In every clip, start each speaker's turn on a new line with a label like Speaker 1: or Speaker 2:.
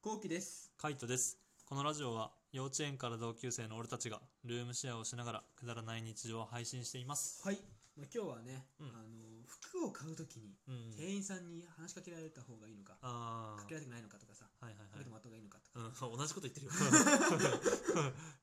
Speaker 1: こうきです。
Speaker 2: カイトです。このラジオは幼稚園から同級生の俺たちがルームシェアをしながらくだらない日常を配信しています。
Speaker 1: はい。まあ、今日はね、
Speaker 2: うん
Speaker 1: あの服を買うときに
Speaker 2: うんうん。
Speaker 1: 店員さんに話しかけられた方がいいのか、か
Speaker 2: あ
Speaker 1: けられたくないのかとかさ、
Speaker 2: あ。はいはい
Speaker 1: かけてもらった方がいいのかとか、
Speaker 2: はい。うん、同じこと言 ってるよ。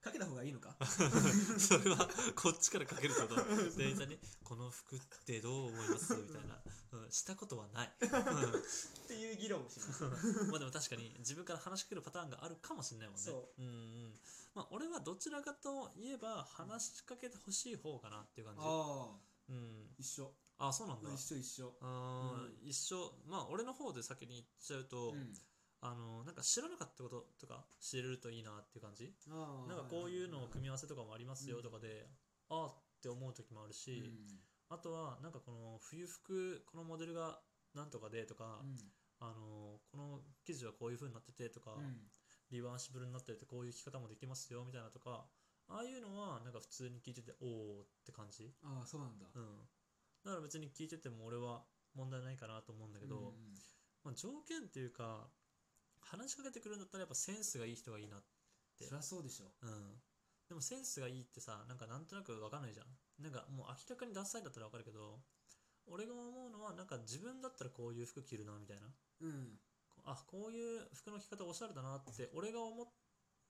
Speaker 1: かけた方がいいのか
Speaker 2: それはこっちからかけるけ ど、店員さんにこの服ってどう思いますみたいな、うん。したことは ない。う
Speaker 1: っていう議論をします。
Speaker 2: んまあでも確かに自分から話しかけるパターンがあるかもしれないもんね。。
Speaker 1: そう
Speaker 2: んうん。まあ俺はどちらかといえば話しかけてほしい方かなっていう感じ。
Speaker 1: ああ、
Speaker 2: うん。
Speaker 1: 一緒。
Speaker 2: あ、そうなんだ。
Speaker 1: 一緒一緒。
Speaker 2: あー
Speaker 1: う
Speaker 2: 一緒まあ俺の方で先に言っちゃうと、
Speaker 1: うん、
Speaker 2: あのなんか知らなかったこととか知れるといいなっていう感じ
Speaker 1: ああ
Speaker 2: なんかこういうのを組み合わせとかもありますよ
Speaker 1: うん
Speaker 2: とかで、ああって思う時もある
Speaker 1: み
Speaker 2: し、あとはなんかこの冬服このモデルがなんとかでとか、あのこの生地はこういう風になっててとか、リバーシブルになっててこういう着方もできますよみたいなとかああいうのはなんか普通に聞いてておおって感じ、
Speaker 1: ああ、そうなんだ。
Speaker 2: うん、だから別に聞いてても俺は問題ないかなと思うんだけど、
Speaker 1: うん
Speaker 2: まあ、条件っていうか話しかけてくるんだったらやっぱセンスがいい人がいいな、
Speaker 1: そりゃそうでしょ。
Speaker 2: うん、でもセンスがいいってさなんかなんとなく分かんないじゃんなんかもう明らかにダサいだったら分かるけど俺が思うのはなんか自分だったらこういう服着るなみたいな
Speaker 1: うん。
Speaker 2: あこういう服の着方おしゃれだなって俺が思っ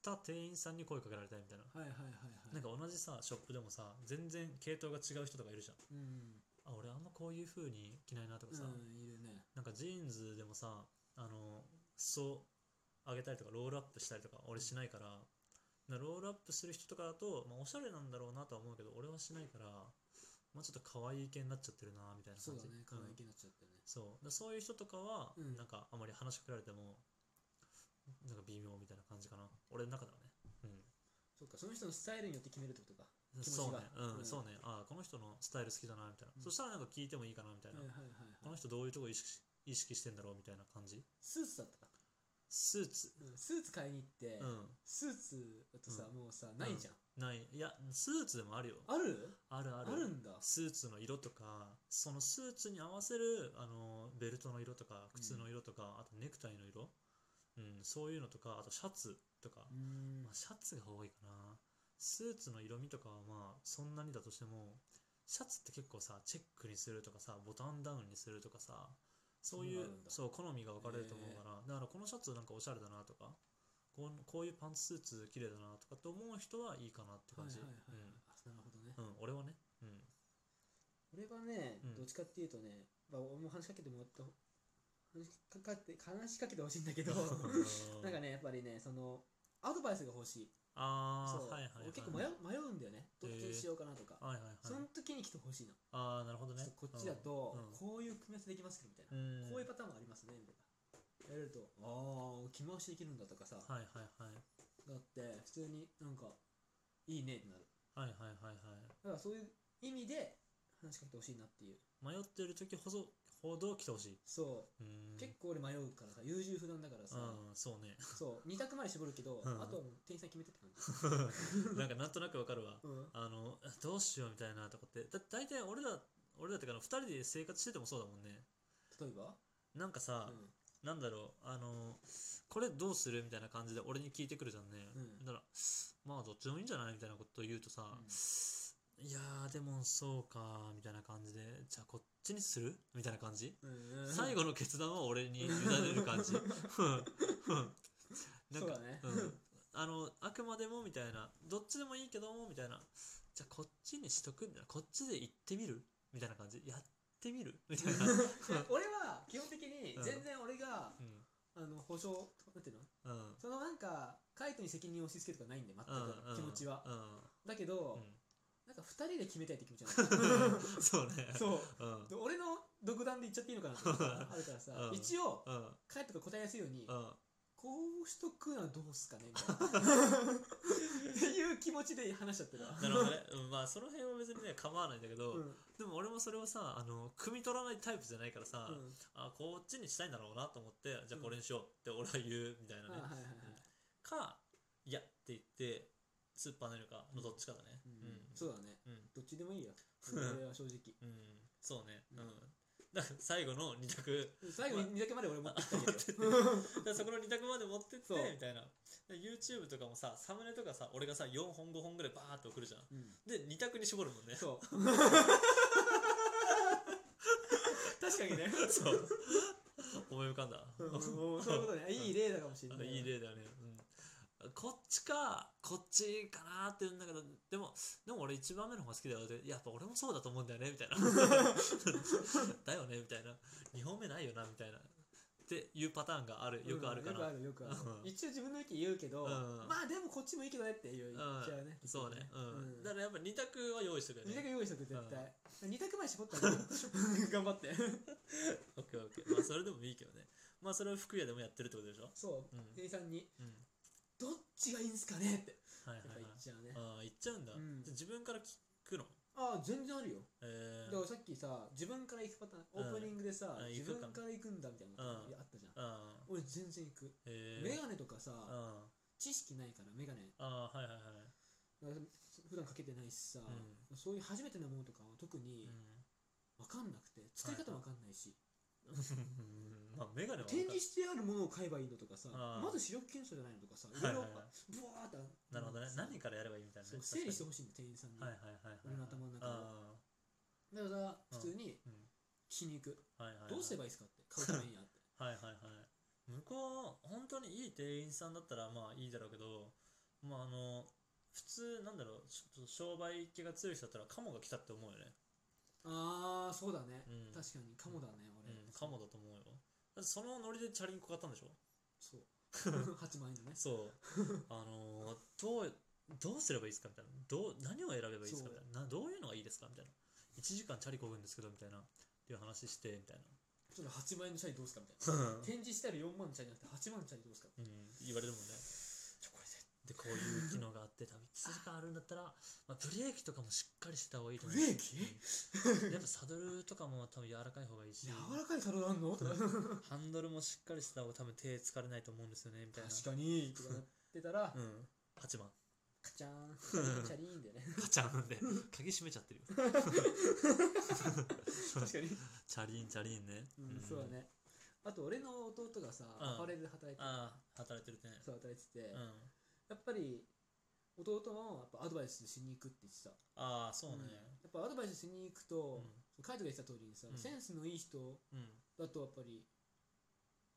Speaker 2: た店員さんに声かけられたいみたいな、
Speaker 1: はいはいはいはい。
Speaker 2: なんか同じさショップでもさ全然系統が違う人とかいるじゃん
Speaker 1: うん、
Speaker 2: あ俺あんまこういう風に着ないなとかさ、
Speaker 1: うん、いるね。
Speaker 2: なんかジーンズでもさあの裾上げたりとかロールアップしたりとか俺しないからなロールアップする人とかだと、まあ、おしゃれなんだろうなとは思うけど俺はしないから、まあ、ちょっと可愛い系になっちゃってるなみたいな
Speaker 1: そう
Speaker 2: 感
Speaker 1: だ
Speaker 2: じ
Speaker 1: ね。可愛
Speaker 2: うん
Speaker 1: い気になっちゃったよね。
Speaker 2: そうだそういう人とかは、
Speaker 1: うん
Speaker 2: なんかあまり話しかけられてもなんか微妙みたいな感じかな俺の中ではね
Speaker 1: そっか、その人のスタイルによって決めるってことか。
Speaker 2: う
Speaker 1: 気
Speaker 2: ん
Speaker 1: 持ちが
Speaker 2: そうね、
Speaker 1: う
Speaker 2: うん
Speaker 1: ん
Speaker 2: そうねああこの人のスタイル好きだなみたいな、
Speaker 1: うん
Speaker 2: そしたらなんか聞いてもいいかなみたい
Speaker 1: はい
Speaker 2: な、
Speaker 1: はいはいは
Speaker 2: この
Speaker 1: い。
Speaker 2: 人どういうとこ意識し意識してんだろうみたいな感じ
Speaker 1: スーツだったか。
Speaker 2: スーツ
Speaker 1: うんスーツ買いに行って、
Speaker 2: うん
Speaker 1: スーツだとさ、
Speaker 2: う
Speaker 1: もうさ、ないじゃん。
Speaker 2: ないいやスーツでもあるよ
Speaker 1: ある
Speaker 2: あるあ
Speaker 1: あ
Speaker 2: る
Speaker 1: るんだ。
Speaker 2: スーツの色とかそのスーツに合わせるあのベルトの色とか
Speaker 1: うん
Speaker 2: 靴の色とか、あとネクタイの色、うん、そういうのとかあとシャツとか、
Speaker 1: うーん
Speaker 2: まあ、シャツが多いかなスーツの色味とかはまあそんなにだとしてもシャツって結構さチェックにするとかさボタンダウンにするとかさそういう
Speaker 1: そうなんだ
Speaker 2: そう好みが分かれると思うから、だからこのシャツなんかおしゃれだなとかこうこういうパンツスーツ綺麗だなとかと思う人はいいかなって
Speaker 1: は
Speaker 2: 感
Speaker 1: いはいはい
Speaker 2: じ、
Speaker 1: はい。あなるほどね
Speaker 2: う。ん、うん、俺はね、うん、
Speaker 1: 俺はね
Speaker 2: う
Speaker 1: ど
Speaker 2: ん、
Speaker 1: っちかっていうとね、まあ俺も話しかけてもらった、話しかかって、話しかけてほしいんだけど、 なんかね、やっぱりね、その、アドバイスが欲しい。
Speaker 2: あ
Speaker 1: そ
Speaker 2: あ
Speaker 1: う
Speaker 2: はいはいはい
Speaker 1: 俺結構迷う迷うんだよね。どっちにしようかなとか。
Speaker 2: はいはい
Speaker 1: そ
Speaker 2: は
Speaker 1: の
Speaker 2: い
Speaker 1: 時に来てほしいの。
Speaker 2: ああなるほど
Speaker 1: ちょっ
Speaker 2: ね
Speaker 1: とこっちだと
Speaker 2: うんうん、
Speaker 1: こういう組み合わせできますけどみたいな。
Speaker 2: うん
Speaker 1: こういうパターンもありますねみたいな。やれると、ああ、着回しできるんだとかさ、
Speaker 2: はいはいはい
Speaker 1: だって、普通になんか、いいねってなる。
Speaker 2: はいはいはい
Speaker 1: だからそういう意味で話しかけてほしいなっていう。
Speaker 2: はい迷ってる時ほどほど来てほしい
Speaker 1: そうう、
Speaker 2: ん
Speaker 1: 結構俺迷うからさ、優柔不断だからさ、
Speaker 2: うんそうね
Speaker 1: そう、2択まで絞るけど、
Speaker 2: うん
Speaker 1: あとはもう店員さん決めてって感じ。
Speaker 2: なんかなんとなくわかるわ
Speaker 1: うん。
Speaker 2: あのどうしようみたいなとかってだ大体俺ら俺らってかの2人で生活しててもそうだもんね
Speaker 1: 例えば
Speaker 2: なんかさ、
Speaker 1: う
Speaker 2: なんだろうあのこれどうするみたいな感じで俺に聞いてくるじゃんね、
Speaker 1: うん
Speaker 2: だからまあどっちでもいいんじゃないみたいなことを言うとさ、いやーでもそうかみたいな感じでじゃあこっちにするみたいな感じ、
Speaker 1: ん。
Speaker 2: 最
Speaker 1: 後、
Speaker 2: 後の決断は俺に委ねる 感じな
Speaker 1: そ
Speaker 2: ん
Speaker 1: う
Speaker 2: か
Speaker 1: だね。
Speaker 2: うんあのあくまでもみたいなどっちでもいいけどもみたいなじゃあこっちにしとくみたいなこっちで行ってみるみたいな感じやってみるみたい な、
Speaker 1: で俺は基本的に
Speaker 2: うん
Speaker 1: 全然俺が、
Speaker 2: うん
Speaker 1: あの保証なんていうの
Speaker 2: うん
Speaker 1: そのなんかカイトに責任を押し付けるとかないんで全
Speaker 2: うんう
Speaker 1: く
Speaker 2: ん
Speaker 1: 気持ちは、
Speaker 2: うん
Speaker 1: だけど、
Speaker 2: うん
Speaker 1: なんか2人で決めたいって気持ちな の
Speaker 2: そうね。
Speaker 1: そう
Speaker 2: うん。う ん。
Speaker 1: で俺の独断で言っちゃっていいのかなっていうのがあるからさ、
Speaker 2: うん
Speaker 1: 一応
Speaker 2: うん。
Speaker 1: カイトが答えやすいように、
Speaker 2: うん。
Speaker 1: こうしとくのはどうすかねみたいなっていう気持ちで話しちゃってるわ
Speaker 2: なるほどね。 うんまあ、その辺は別にね、構わないんだけど、
Speaker 1: うん
Speaker 2: でも俺もそれをさ、あの、汲み取らないタイプじゃないからさ、
Speaker 1: うん
Speaker 2: あ、こっちにしたいんだろうなと思って、じゃあこれにしようって俺は言うみたいな
Speaker 1: あはい
Speaker 2: ね。
Speaker 1: はいはいはい
Speaker 2: か、いやって言って、スーパーのるかのどっちかだね。
Speaker 1: うん
Speaker 2: うん。
Speaker 1: そうだね
Speaker 2: うん。
Speaker 1: どっちでもいいよ
Speaker 2: うん
Speaker 1: 俺は正直
Speaker 2: うん。そうね。
Speaker 1: う
Speaker 2: うんん。だから最後の2択
Speaker 1: 最後に2択まで俺持ってきた けど
Speaker 2: 持ってってだからそこの2択まで持ってって
Speaker 1: そう
Speaker 2: みたいなで YouTube とかもさサムネとかさ俺がさ4本5本ぐらいバーって送るじゃん
Speaker 1: うん
Speaker 2: で2択に絞るも んね
Speaker 1: そう確かにね
Speaker 2: そう思い浮かんだ
Speaker 1: うん もうそういうことねいい例だかもしれ
Speaker 2: あ
Speaker 1: ない
Speaker 2: いい例だね、うん、こっちかこっちかなーって言うんだけどでもでも俺1番目の方が好きだよってやっぱ俺もそうだと思うんだよねみたいな だよねみたいな2本目ないよなみたいなっていうパターンがあるよくあるか
Speaker 1: うんよく
Speaker 2: な、
Speaker 1: あるよくある
Speaker 2: うん
Speaker 1: 一応自分の意見言うけど
Speaker 2: うん
Speaker 1: まあでもこっちもいいけどねっていう言っちゃうね
Speaker 2: そうね、うん
Speaker 1: だ
Speaker 2: だからやっぱ2択は用意してくよ
Speaker 1: 2択
Speaker 2: ね
Speaker 1: 用意しとく絶対2択前絞ったら 頑張って
Speaker 2: オッケーオッケーまあそれでもいいけどねまあそれを服屋でもやってるってことでしょ
Speaker 1: そう
Speaker 2: うん
Speaker 1: 店員さんに
Speaker 2: うん
Speaker 1: 「どっちがいいんすかね?」って
Speaker 2: はい
Speaker 1: やっ
Speaker 2: は
Speaker 1: ぱ
Speaker 2: い
Speaker 1: 言
Speaker 2: はい
Speaker 1: っちゃうね
Speaker 2: ああ言っちゃうんだ、
Speaker 1: うん
Speaker 2: じゃあ自分から聞くの
Speaker 1: ああ全然あるよ
Speaker 2: え
Speaker 1: だ
Speaker 2: ー、
Speaker 1: からさっきさ自分から行くパターンオープニングでさ
Speaker 2: うん
Speaker 1: 自
Speaker 2: 行く
Speaker 1: 分
Speaker 2: かも
Speaker 1: から行くんだみたいな
Speaker 2: うん
Speaker 1: いやあったじゃん
Speaker 2: ああ
Speaker 1: 俺全然行く
Speaker 2: えー、
Speaker 1: メガネとか
Speaker 2: あ
Speaker 1: さ
Speaker 2: あ
Speaker 1: 知識ないからメガネ
Speaker 2: ああはいはいはい
Speaker 1: 普段かけてないしさ
Speaker 2: う
Speaker 1: そういう初めてのものとかは特
Speaker 2: う
Speaker 1: に
Speaker 2: ん
Speaker 1: 分かんなくて作り方も分かんないし
Speaker 2: まあメガネは
Speaker 1: 展示してあるものを買えばいいのとかさ
Speaker 2: あー
Speaker 1: まず視力検査じゃないのとかさい
Speaker 2: はい
Speaker 1: ろ
Speaker 2: はいい
Speaker 1: ろ
Speaker 2: はい
Speaker 1: ブワーって
Speaker 2: なるほどね
Speaker 1: さ
Speaker 2: 何からやればいいみたいな
Speaker 1: そ
Speaker 2: ね
Speaker 1: う
Speaker 2: 確かに
Speaker 1: 整理してほしいんだ店員さんに
Speaker 2: はい
Speaker 1: だ
Speaker 2: はい
Speaker 1: か
Speaker 2: はいはい
Speaker 1: 俺の頭の中を
Speaker 2: あ
Speaker 1: らさ普通に
Speaker 2: ーうん
Speaker 1: 聞きに行く
Speaker 2: はいはいはい
Speaker 1: どうすればいいですかって買うためにやって
Speaker 2: はいはいはい向こう本当にいい店員さんだったらまあいいだろうけどまああの普通なんだろうちょっと商売気が強い人だったらカモが来たって思うよね
Speaker 1: ああそうだね
Speaker 2: うん
Speaker 1: 確かにカモだね俺
Speaker 2: うんカモだと思うよだってそのノリでチャリンコ買ったんでしょ
Speaker 1: そう 8万円のね
Speaker 2: そうあのーどうどうすればいいですかみたいなどう何を選べばいいですかみたいななどういうのがいいですかみたいな1時間チャリこぐんですけどみたいなっていう話してみたい
Speaker 1: ちょっと8万円のチャリどうすかみたいな
Speaker 2: な、
Speaker 1: 展示してある4万のチャリじゃなくて8万のチャリどうすか
Speaker 2: うん、言われるもんね
Speaker 1: ちょこれ絶
Speaker 2: でこういう機能があって多分1時間あるんだったら、まあ、ブレーキとかもしっかりした方がいいと思う
Speaker 1: ブレーキ
Speaker 2: うんやっぱサドルとかも多分柔らかい方がいいし
Speaker 1: 柔らかいサラダあんのとか
Speaker 2: ハンドルもしっかりした方が多分手疲れないと思うんですよねみたいな
Speaker 1: 確かにとかなってたら
Speaker 2: うん8番
Speaker 1: カチャーンチャリーンだよね
Speaker 2: ガチャ ンで鍵閉めちゃってるよ
Speaker 1: 確かに
Speaker 2: チャリンチャリンね。
Speaker 1: うんそうだ。ねあと俺の弟がさ
Speaker 2: うん
Speaker 1: アパレルで働いて
Speaker 2: ああ、働いてるね。
Speaker 1: そう働いてて
Speaker 2: うん。
Speaker 1: やっぱり弟もやっぱアドバイスしに行くって言ってた
Speaker 2: ああ、そうね
Speaker 1: ん。やっぱアドバイスしに行くとカイトが言ってた通りにさ
Speaker 2: うん
Speaker 1: センスのいい人
Speaker 2: うん。うん。
Speaker 1: だとやっぱり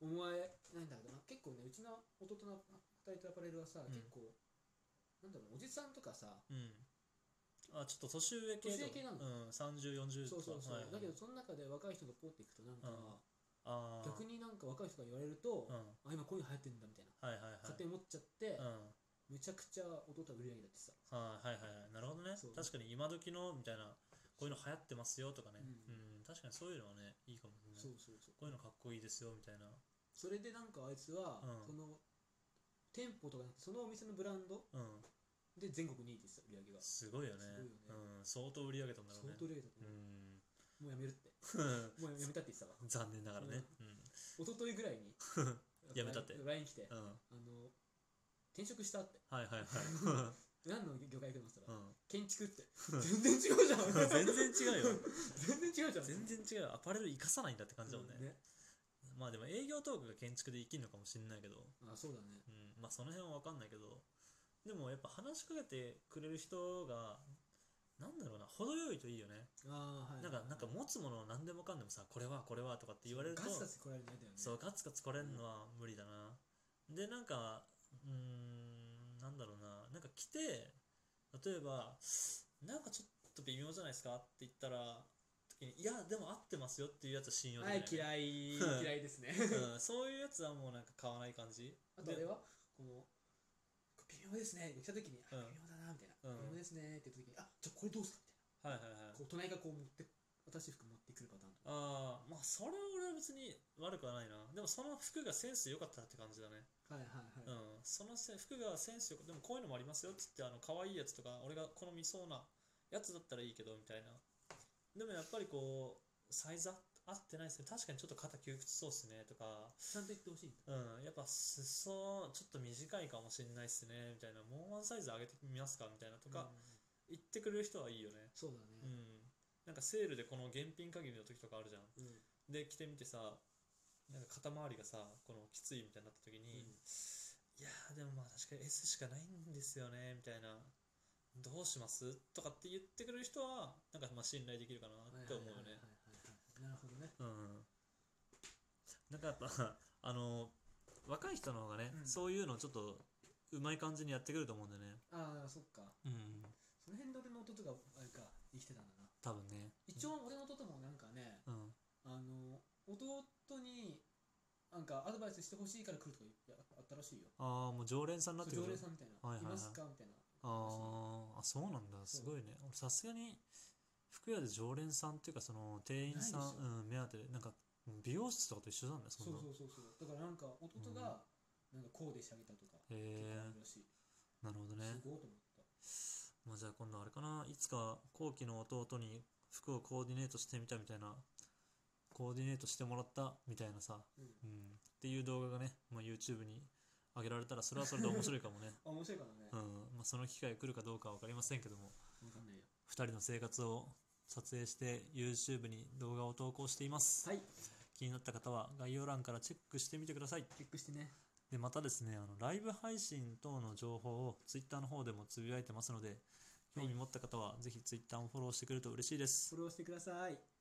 Speaker 1: お前なんだろうな結構ねうちの弟の働いてるアパレルはさ
Speaker 2: うん
Speaker 1: 結構なんだろうおじさんとかさ
Speaker 2: うん。あ、ちょっと年上系
Speaker 1: 年上系なの
Speaker 2: うん、30、40と
Speaker 1: そう
Speaker 2: か。
Speaker 1: そうそう
Speaker 2: はいはい
Speaker 1: だけどその中で若い人がポっていくとなんか
Speaker 2: ああ。
Speaker 1: 逆になんか若い人が言われると
Speaker 2: うん。は
Speaker 1: あ今こういうの流行ってんだみたいない
Speaker 2: はいはい。
Speaker 1: 勝手に思っちゃって
Speaker 2: うん。
Speaker 1: めちゃくちゃ弟は売り上げだってさ
Speaker 2: はいはいはい。なるほどね
Speaker 1: そう。
Speaker 2: 確かに今時のみたいな、こういうの流行ってますよとかね。
Speaker 1: う
Speaker 2: うん。確かにそういうのはね、いいかもね。
Speaker 1: そうそうそう
Speaker 2: こういうのかっこいいですよみたいな。
Speaker 1: それでなんかあいつは
Speaker 2: うん
Speaker 1: その店舗とかなくてそのお店のブランド
Speaker 2: うん。
Speaker 1: で全国2位ですよ売り上げが
Speaker 2: すごいよね
Speaker 1: すごいよね。
Speaker 2: うん。相当売り上げたんだろう
Speaker 1: 相
Speaker 2: ね。
Speaker 1: 当売り上げだと
Speaker 2: う
Speaker 1: 思
Speaker 2: ん。
Speaker 1: うもうやめるってもうやめたって言ってたわ
Speaker 2: 残念ながらね。
Speaker 1: 一昨日ぐらいに
Speaker 2: やめたって
Speaker 1: LINE 来て
Speaker 2: う
Speaker 1: あ
Speaker 2: ん。うん。
Speaker 1: の転職したって
Speaker 2: はいはいはい。
Speaker 1: 何の業界行くのって言った
Speaker 2: う
Speaker 1: ら
Speaker 2: ん、
Speaker 1: 建築 って全然違うじゃん
Speaker 2: 全然違う よ。
Speaker 1: 全然違うじゃん
Speaker 2: 全然違うよ。アパレル生かさないんだって感じだもんね。
Speaker 1: うんね
Speaker 2: まあでも営業トークが建築で生きるのかもしれないけど、
Speaker 1: あそうだね
Speaker 2: うん、まあその辺は分かんないけど、でもやっぱ話しかけてくれる人が、なんだろうな、程よいといいよね。
Speaker 1: ああはい
Speaker 2: なんか、なんか持つもの何でもかんでもさ、これはこれはとかって言われると
Speaker 1: ガ、ツガツ来られるの嫌だよね
Speaker 2: そう、ガツガツ来れるのは無理だな。で、なんか、うーん、なんだろうな、なんか来て、例えば、なんかちょっと微妙じゃないですかって言ったら、時にいや、でも合ってますよっていうやつは信用でき
Speaker 1: は
Speaker 2: ない、
Speaker 1: い嫌い
Speaker 2: うん
Speaker 1: 嫌いですね
Speaker 2: うん。そういうやつはもうなんか買わない感じ。
Speaker 1: あとあれはこの微妙ですね来た時にあ
Speaker 2: う
Speaker 1: 微
Speaker 2: ん
Speaker 1: 妙だなみたいな
Speaker 2: うん
Speaker 1: 微妙ですねって言った時にあじゃあこれどうすかみたい
Speaker 2: はいはいはい。
Speaker 1: なこう隣がこう持って私服持ってくるパターンとか
Speaker 2: ああ、まあそれは俺は別に悪くはないな。でもその服がセンス良かったらって感じだね。
Speaker 1: はいはい
Speaker 2: うん
Speaker 1: はい。
Speaker 2: そのせ服がセンス良く、でもこういうのもありますよって言って、あの可愛いやつとか、俺が好みそうなやつだったらいいけどみたいな。でもやっぱりこう、サイズあ合ってないですね。確かにちょっと肩窮屈そうっすねとか。
Speaker 1: ちゃんと言ってほしいんだ
Speaker 2: うん、やっぱ裾ちょっと短いかもしれないっすねみたいなもうワンサイズ上げてみますかみたいなとか
Speaker 1: うん
Speaker 2: 言ってくれる人はいいよね
Speaker 1: そうだ
Speaker 2: うん
Speaker 1: ね
Speaker 2: なんかセールでこの現品限りの時とかあるじゃん
Speaker 1: うん
Speaker 2: で着てみてさなんか肩周りがさこのきついみたいになった時に、
Speaker 1: うん
Speaker 2: いやーでもまあ確かに S しかないんですよねみたいなどうしますとかって言ってくれる人はなんかまあ信頼できるかなって思うよ
Speaker 1: はいはい
Speaker 2: ね
Speaker 1: はいはいはいなるほどね
Speaker 2: うんなんかやっぱ あの若い人の方がね、
Speaker 1: うん
Speaker 2: そういうのをちょっとうまい感じにやってくると思うんだよね
Speaker 1: ああそっか
Speaker 2: うん
Speaker 1: その辺で俺の弟があれか生きてたんだな
Speaker 2: 多分ね
Speaker 1: 一応俺の弟もなんかね
Speaker 2: うん
Speaker 1: あの弟になんかアドバイスしてほしいから来るとか言ってあったらしいよ
Speaker 2: ああもう常連さんになって
Speaker 1: そう
Speaker 2: く
Speaker 1: 常連
Speaker 2: る
Speaker 1: さんみたいな、
Speaker 2: はいはいはい
Speaker 1: ますかみたいな
Speaker 2: あーあそうなんだ
Speaker 1: そう
Speaker 2: すごいね俺さすがに服屋で常連さんっていうかその店員さ
Speaker 1: ない
Speaker 2: ん
Speaker 1: でしょ
Speaker 2: うん、目当てでなんか美容室とかと一緒なんだよそ
Speaker 1: そ
Speaker 2: んな
Speaker 1: う
Speaker 2: の
Speaker 1: そうそうそうだからなんか弟がなんかコーデしてあげたとか、
Speaker 2: へえ
Speaker 1: あるらしい、
Speaker 2: なるほどね
Speaker 1: すごいと思った
Speaker 2: まあじゃあ今度あれかないつか後期の弟に服をコーディネートしてみたみたいなコーディネートしてもらったみたいなさ、
Speaker 1: うん
Speaker 2: うん、っていう動画がね、まあ、YouTube に上げられたらそれはそれで面白いかもね
Speaker 1: あ面白いからね
Speaker 2: うん、まあ、その機会来るかどうかは分かりませんけども
Speaker 1: 分かんないよ
Speaker 2: 2人の生活を撮影して YouTube に動画を投稿しています
Speaker 1: はい
Speaker 2: 気になった方は概要欄からチェックしてみてください
Speaker 1: チェックしてね
Speaker 2: でまたですねあのライブ配信等の情報を Twitter の方でもつぶやいてますので興味持った方はぜひ Twitter もフォローしてくれると嬉しいです
Speaker 1: フォローしてください